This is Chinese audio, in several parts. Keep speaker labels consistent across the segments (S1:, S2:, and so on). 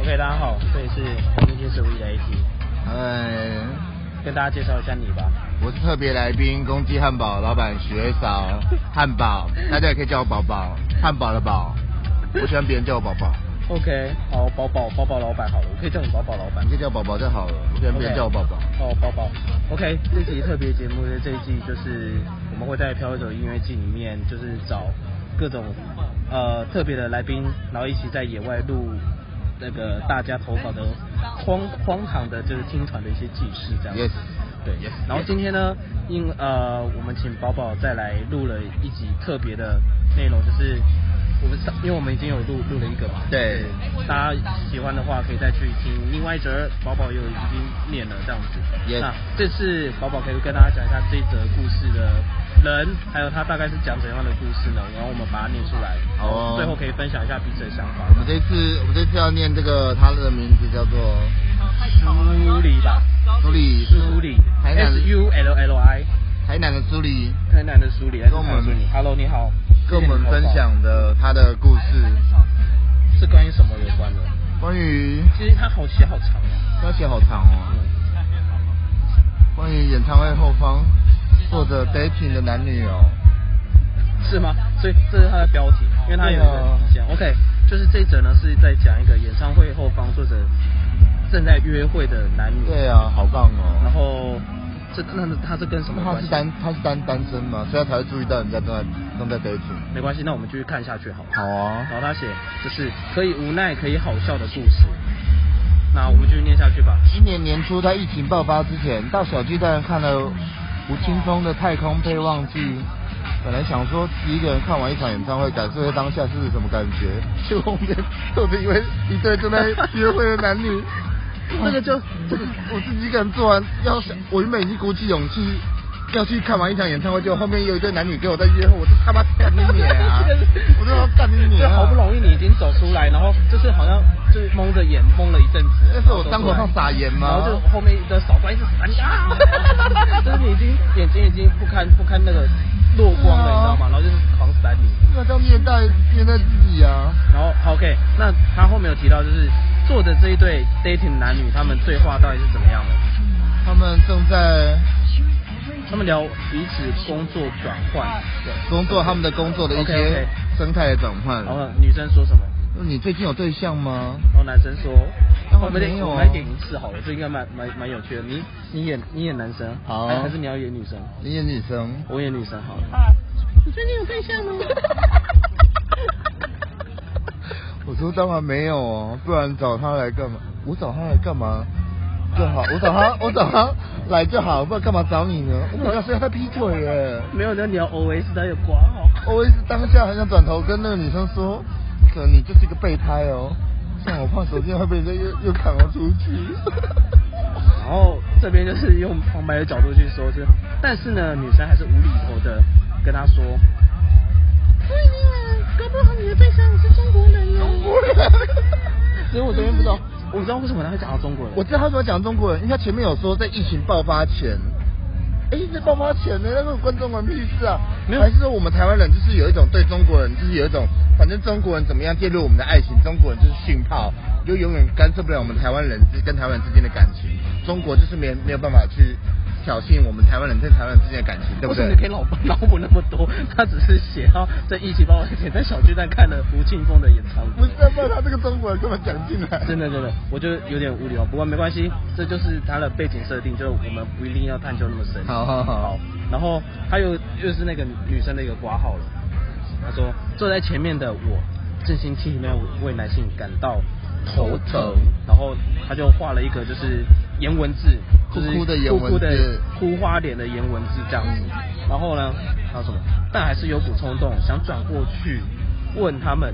S1: OK，大家好，这里是黄金天使五一的 AT，
S2: 哎，
S1: 跟大家介绍一下你吧。
S2: 我是特别来宾，公鸡汉堡老板雪嫂，汉堡，大家也可以叫我宝宝，汉堡的宝，我喜欢别人叫我宝宝，
S1: OK，好，宝宝，宝宝老板好了，我可以叫你宝宝老板
S2: 你。可以叫我宝宝就好了，我喜欢别人叫我宝宝。
S1: 哦，宝宝。OK，这期特别节目的这一季就是我们会在漂流者音乐季里面，就是找各种呃特别的来宾，然后一起在野外录那个大家投稿的荒荒唐的，就是听团的一些记事这样子。
S2: Yes，
S1: 对
S2: Yes，
S1: 然后今天呢，因呃，我们请宝宝再来录了一集特别的内容，就是我们上，因为我们已经有录录了一个嘛，
S2: 对，
S1: 大家喜欢的话，可以再去听另外一则，宝宝又已经念了这样子。
S2: Yes
S1: 那这次宝宝可以跟大家讲一下这一则故事的人，还有他大概是讲怎样的故事呢？然后我们把它念出来，
S2: 好哦
S1: 最后可以分享一下彼此的想法
S2: 我。们这次我们这次要念这个他的名字叫做
S1: 苏里吧，
S2: 苏里，
S1: 苏里
S2: 台南
S1: ，S U L L I，
S2: 台南的苏里，
S1: 台南的苏里，来自
S2: 跟我们
S1: 台南苏里 Hello，你好，
S2: 跟
S1: 谢
S2: 我
S1: 谢你投
S2: 们
S1: 稿
S2: 分享的他的故事，
S1: 是关于什么有关的？
S2: 关于
S1: 其实它好写好长嗯哦。
S2: 要写好长哦。关于演唱会后方坐着 dating 的男女哦，
S1: 是吗？所以这是它的标题，因为它有一
S2: 对啊
S1: 个讲、OK，就是这一则呢是在讲一个演唱会后方作者正在约会的男女，
S2: 对啊，好棒哦。
S1: 然后这那那它是跟什么
S2: 他
S1: 关
S2: 是
S1: 系？
S2: 单他是单单身嘛，所以他才会注意到人家正在正在 dating。
S1: 没关系，那我们继续看下去好了。
S2: 好啊
S1: 然，后他写就是可以无奈可以好笑的故事，那我们继续念下去吧。，
S2: 今年年初在疫情爆发之前，到小巨蛋看了吴青峰的《太空备忘记》，本来想说自己一个人看完一场演唱会，感受一下当下是什么感觉， 结果后面都是因为一对正在约会的男女
S1: 这个就！
S2: 这个我自己一个人做完，要想我原本已经鼓起勇气。要去看完一场演唱会，结果后面有一对男女跟我在约会，我就他妈干你娘啊 我就要干你娘
S1: 就
S2: 啊！
S1: 好不容易你已经走出来，然后就是好像就是蒙着眼蒙了一阵子。
S2: 那是我伤口上撒盐吗
S1: 然后就后面的扫光一直撒你啊， 就是你已经眼睛已经不堪不堪那个落光了，你知道吗？然后就是狂闪你。
S2: 那叫虐待虐待自己啊！
S1: 然后好 OK，那他后面有提到就是坐的这一对 dating 男女，他们对话到底是怎么样的？
S2: 他们正在
S1: 他们聊彼此工作转换，
S2: 工作，他们的工作的一
S1: OK，OK 啊
S2: 些生态的转换。
S1: 然后女生说什么？
S2: 那你最近有对象吗？
S1: 然后男生说，
S2: 当然
S1: 我们得
S2: 没有啊
S1: 我们来点一次好了，这应该蛮蛮蛮有趣的。你你演你演男生，哎
S2: 好
S1: 啊还还是你要演女生？
S2: 哎你演女生，
S1: 我演女生好了。
S2: 我说当然没有哦，不然找他来干嘛？我找他来干嘛？就好，我找他，我找他来就好，不然干嘛找你呢？我搞要是他劈腿耶！
S1: 没有，那你要 OS 他有挂好。
S2: 我也是当下很想转头跟那个女生说，可你就是一个备胎哦，像我胖手机会被人家又又砍了出去。
S1: 然后这边就是用旁白的角度去说，就是但是呢，女生还是无厘头的跟他说，
S3: 所以你哎搞不好你的对象是中国人啊呢。
S1: 所以我这边不知道，我不知道为什么他会讲到中国人。
S2: 我知道他怎么讲中国人，因为他前面有说在疫情爆发前，哎、在爆发前呢，那个关中国人屁事啊？
S1: 没有
S2: 还是说我们台湾人就是有一种对中国人，就是有一种，反正中国人怎么样介入我们的爱情，中国人就是讯炮，就永远干涉不了我们台湾人之跟台湾人之间的感情，中国就是没没有办法去挑衅我们台湾人跟台湾人之间的感情，对
S1: 为
S2: 不
S1: 什么
S2: 对
S1: 你？可以脑脑补那么多？他只是写到在一起包以前在小巨蛋看了吴青峰的演唱会。
S2: 不是，啊不然他这个中国人根本讲进来。
S1: 真的真的，我觉得有点无聊，不过没关系，这就是它的背景设定，就是我们不一定要探究那么深。
S2: 好好好，
S1: 然后还有又是那个女生的一个挂号了，她说坐在前面的我，真心替那位男性感到头疼
S2: 头疼，
S1: 然后她就画了一个就是颜文字，就是
S2: 哭哭的颜文字
S1: 哭
S2: 嗯
S1: 哭的哭花脸的颜文字这样子。然后呢，还有什么？但还是有股冲动想转过去问他们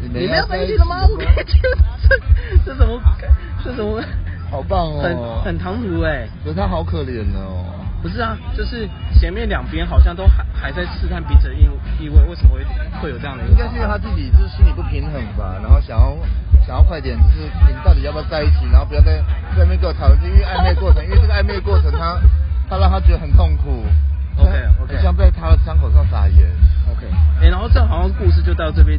S2: 你
S1: 你
S2: 们
S1: 没有
S2: 要
S1: 在
S2: 在
S1: 一
S2: 一
S1: 起
S2: 起
S1: 了
S2: 了
S1: 吗
S2: 吗？
S1: 我感觉 这这怎么这怎么
S2: 好棒哦
S1: 很很唐突哎、
S2: 可是他好可怜哦。
S1: 不是啊，就是前面两边好像都还还在试探彼此的意意味，为什么会会有这样的一个？
S2: 应该是因为他自己就是心里不平衡吧，然后想要想要快点，就是你们到底要不要在一起，然后不要再在那边跟我讨论，因为暧昧过程，因为这个暧昧过程他他让他觉得很痛苦。
S1: OK，OK
S2: 像在他的伤口上撒盐。
S1: OK，哎、然后这好像故事就到这边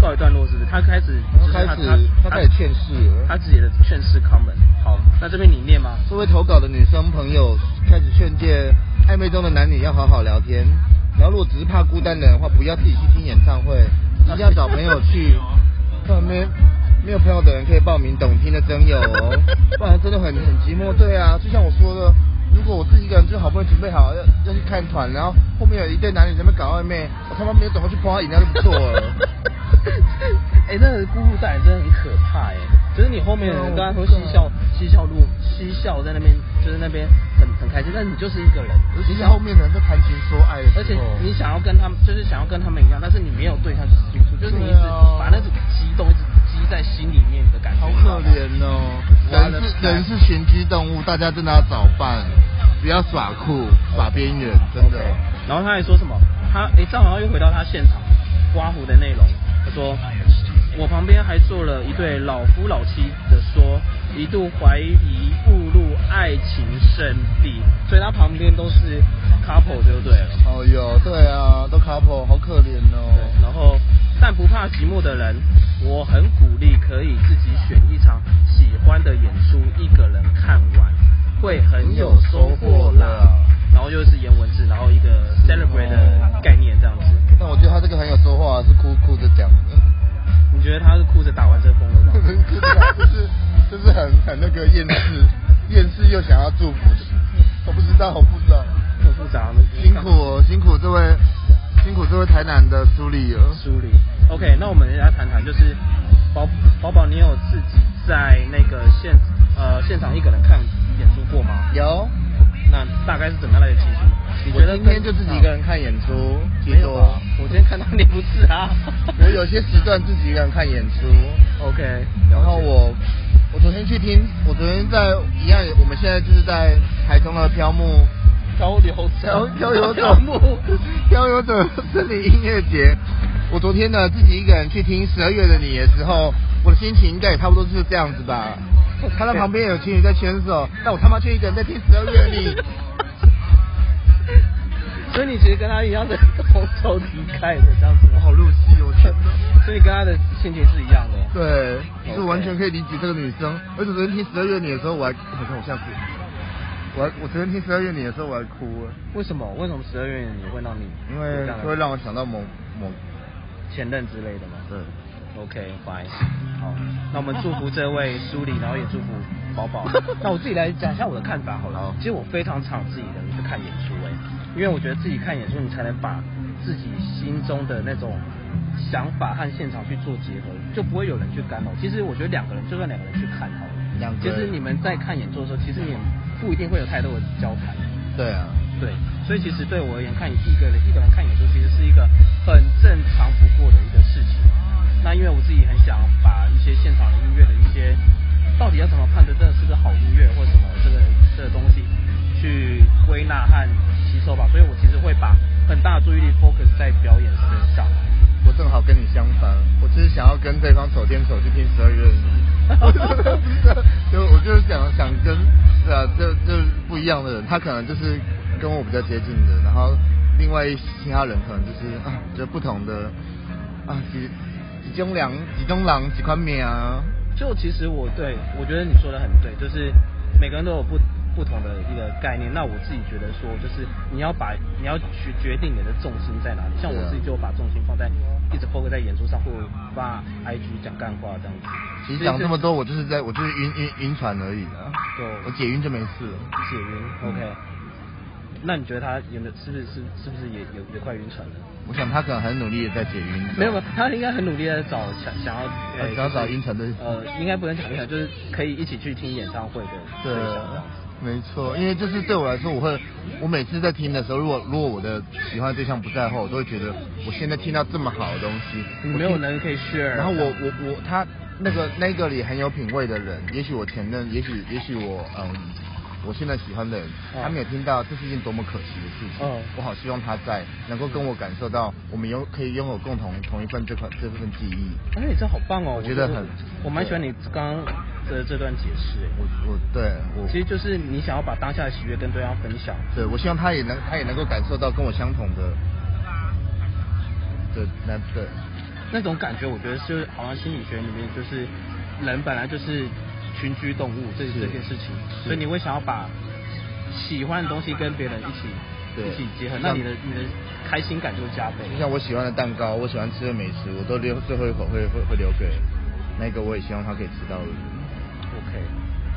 S1: 告一段落，是不是？他开始
S2: 然
S1: 就
S2: 后
S1: 是
S2: 开
S1: 他
S2: 始他开始劝世了
S1: 他自己的劝世 comment。好，那这边你念吗？
S2: 这位投稿的女生朋友开始劝诫暧昧中的男女要好好聊天，然后如果只是怕孤单的人的话，不要自己去听演唱会，一定要找朋友去。看有没有没有朋友的人可以报名懂听的真友哦，不然真的很很寂寞。对啊，就像我说的，如果我自己一个人就好不容易准备好要要去看团，然后后面有一对男女在那边搞暧昧，我他妈没有赶快去碰他饮料就不错了。
S1: 哎、那个孤独感真的很可怕哎、就是你后面
S2: 啊
S1: 有人跟他说嬉笑嬉笑路嬉笑在那边，就是那边很很开心，但你就是一个人，
S2: 尤其是后面的人在谈情说爱的时候，
S1: 而且你想要跟他们，就是想要跟他们一样，但是你没有对象去接触，就是你一直
S2: 对啊
S1: 把那种激动一直积在心里面的感觉。
S2: 好可怜哦！
S1: 完
S2: 人
S1: 了
S2: 是人是群居动物，大家真的要早办，不要耍酷，耍边缘，真的。
S1: 然后他还说什么？他哎，正好又回到他现场刮胡的内容。他说，我旁边还坐了一对老夫老妻的说，一度怀疑步入爱情圣地，所以他旁边都是 couple，对不对了？
S2: 哦哟，对啊，都 couple，好可怜
S1: 对，
S2: 哦。
S1: 然后但不怕寂寞的人，我很鼓励可以自己选一场喜欢的演出，一个人看完会很有收获
S2: 很有收获
S1: 啦
S2: 的。
S1: 然后又是颜文字，然后一个 celebrate 的概念这样子。
S2: 但我觉得他这个很有收获啊，是哭哭着讲的，
S1: 你觉得他是哭着打完这个工 了
S2: 就是
S1: 吗？
S2: 就是就是很很那个厌 世，厌世又想要祝福，我不知道，我不知道。
S1: 很复杂，啊
S2: 辛苦哦辛苦这位辛苦这位台南的苏丽哦儿。
S1: 梳理。OK，那我们来谈谈，就是宝宝宝，你有自己在那个现呃现场一个人看演出过吗？
S2: 有，
S1: 那大概是怎么样的一个情形？你觉得跟
S2: 我
S1: 啊
S2: 今天就自己一个人看演出，
S1: 没
S2: 结
S1: 有
S2: 果。
S1: 啊，我今天看到你不是啊
S2: 我有些时段自己一个人看演出，
S1: OK，
S2: 然后我我昨天去听，我昨天在一样，我们现在就是在台中的飘木
S1: 漂流
S2: 漂漂游者
S1: 漂 木，
S2: 漂游者森林音乐节。我昨天呢自己一个人去听《十二月的你》的时候，我的心情应该也差不多是这样子 吧。看到旁边有情侣在牵手，但我他妈却一个人在听《十二月的你》。
S1: 所以你其实跟他一样的同仇敌忾的这样子
S2: 我
S1: 吗
S2: 好？入戏哦，我天哪！
S1: 所以你跟他的心情是一样的。
S2: 对，
S1: OK
S2: 是完全可以理解这个女生。而且昨天听十二月你的时候，我还，我看我像是，我还我昨天听十二月你的时候，我还哭了，
S1: 为什么？为什么十二月你会让你
S2: 因为
S1: 这样的
S2: 会让我想到某某，
S1: 前任之类的吗？
S2: 对，
S1: OK，拜。好，那我们祝福这位苏里，然后也祝福宝 宝。那我自己来讲一下我的看法好了。
S2: 好
S1: 其实我非常常自己一个人去看演出哎、因为我觉得自己看演出，你才能把自己心中的那种想法和现场去做结合，就不会有人去干扰。其实我觉得两个人，就算两个人去看好了，
S2: 两个
S1: 其
S2: 人
S1: 实你们在看演出的时候，其实你们不一定会有太多的交谈。
S2: 对啊，
S1: 对，所以其实对我而言，看一个人一个人看演出，其实是一个很正常不过的一个事情。那因为我自己很想把一些现场的音乐的一些，到底要怎么判断这是个好音乐或什么这个这个东西，去归纳和吸收吧。所以我其实会把很大的注意力 focus 在表演身上。
S2: 我正好跟你相反，我就是想要跟对方手牵手去听十二月 的你，就我就是想想跟，对啊，就就是不一样的人，他可能就是跟我比较接近的，然后另外一其他人可能就是啊，就不同的啊几几中狼几中狼几款面啊，
S1: 就其实我对我觉得你说的很对，就是每个人都有不不同的一个概念。那我自己觉得说，就是你要把你要去决定你的重心在哪里。像我
S2: 是啊
S1: 自己就把重心放在一直 focus 在演出上，或发 IG 讲干话这样子。
S2: 其实讲这么多，我就是在我就是晕晕晕船而已的，
S1: 对
S2: 我解晕就没事了。
S1: 解晕，OK。那
S2: 嗯
S1: 你觉得他有没有是不是是是不是也有也快晕船了？
S2: 我想他可能很努力的在解晕。
S1: 没有，他应该很努力的找想想要呃
S2: 想要找
S1: 就是
S2: 晕船对象
S1: 呃，应该不能讲晕船，就是可以一起去听演唱会的
S2: 对
S1: 对象这样子。，
S2: 没错，因为就是对我来说，我会，我每次在听的时候，如果如果我的喜欢的对象不在的话，我都会觉得我现在听到这么好的东西，
S1: 你
S2: 我
S1: 没有
S2: 听
S1: 人可以 share，
S2: 然后我我我他那个那个里很有品味的人，也许我前任，也许也许我嗯，我现在喜欢的人，
S1: 嗯
S2: 他没有听到，这是一件多么可惜的事情。
S1: 嗯
S2: 我好希望他在能够跟我感受到，我们拥可以拥有共同同一份这款这份记忆。
S1: 哎，你这好棒哦！
S2: 我觉得很
S1: 我蛮喜欢你刚刚的这段解释。
S2: 我我对我
S1: 其实就是你想要把当下的喜悦跟对方分享。
S2: 对，我希望他也
S1: 嗯
S2: 能，他也能够感受到跟我相同的的那对
S1: 那种感觉，我觉得是好像心理学里面就是人本来就是群居动物这
S2: 是
S1: 这件事情，
S2: 是
S1: 所以你会想要把喜欢的东西跟别人一起
S2: 对
S1: 一起结合，
S2: 就
S1: 那
S2: 像
S1: 你的你的开心感就会加倍。
S2: 就像我喜欢的蛋糕，我喜欢吃的美食，我都留最后一口会会会留给那个，我也希望他可以吃到的人。
S1: OK，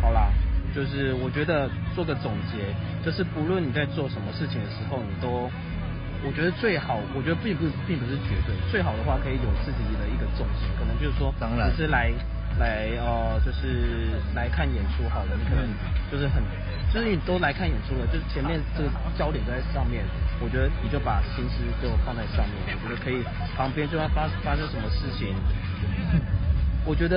S1: 好啦，就是我觉得做个总结，就是不论你在做什么事情的时候，你都，我觉得最好，我觉得并不并不是绝对，最好的话可以有自己的一个重心，可能就是说，
S2: 当然
S1: 只是来来呃，就是来看演出好了，你可能
S2: 嗯
S1: 就是很，就是你都来看演出了，就是前面这个焦点都在上面，我觉得你就把心思就放在上面，我觉得可以，旁边就算发发生什么事情，我觉得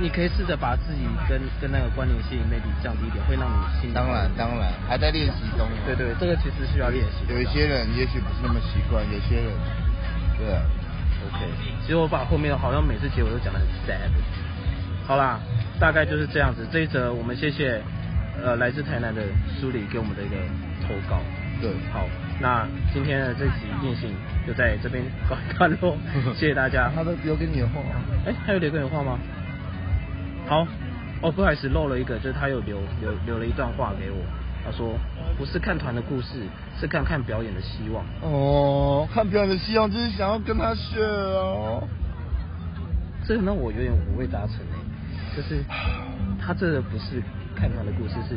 S1: 你可以试着把自己跟跟那个关联性 maybe 降低一点，会让你心里
S2: 当然当然，还在练习中。啊
S1: 对对，这个其实需要练习。
S2: 有一些人也许不是那么习惯，有些人，对啊。
S1: OK，其实我把后面好像每次结尾都讲的很 sad。好啦，大概就是这样子。这一则我们谢谢呃来自台南的苏里给我们的一个投稿。
S2: 对
S1: 好，那今天的这集电信就在这边告一段 落， 谢谢大家。
S2: 他都留给你的话，啊
S1: 哎，还有留个人话吗？好，哦，不好意思，漏了一个，就是他有留留留了一段话给我，他说不是看团的故事，是看看表演的希望。
S2: 哦，看表演的希望就是想要跟他学哦。
S1: 这让我有点五味杂陈哎，就是他这个不是看团的故事，是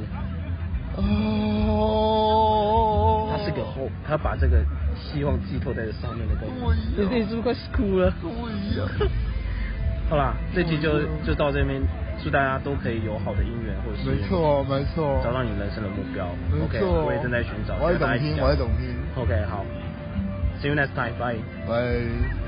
S2: 哦，
S1: 他是个后，他把这个希望寄托在这上面的东西。
S2: 对
S1: 你
S2: 呀
S1: 你是不是快哭了？
S2: 对呀
S1: 好啦，这期就
S2: 对呀
S1: 就到这边，祝大家都可以有好的姻缘，或者是
S2: 没错啊没错
S1: 找到你人生的目标。
S2: 没
S1: OK，
S2: 错
S1: 我也正在寻找。
S2: 我也懂
S1: 大家一起
S2: 听
S1: 加油
S2: 我也懂听
S1: OK，好，See you next time，bye。
S2: 拜。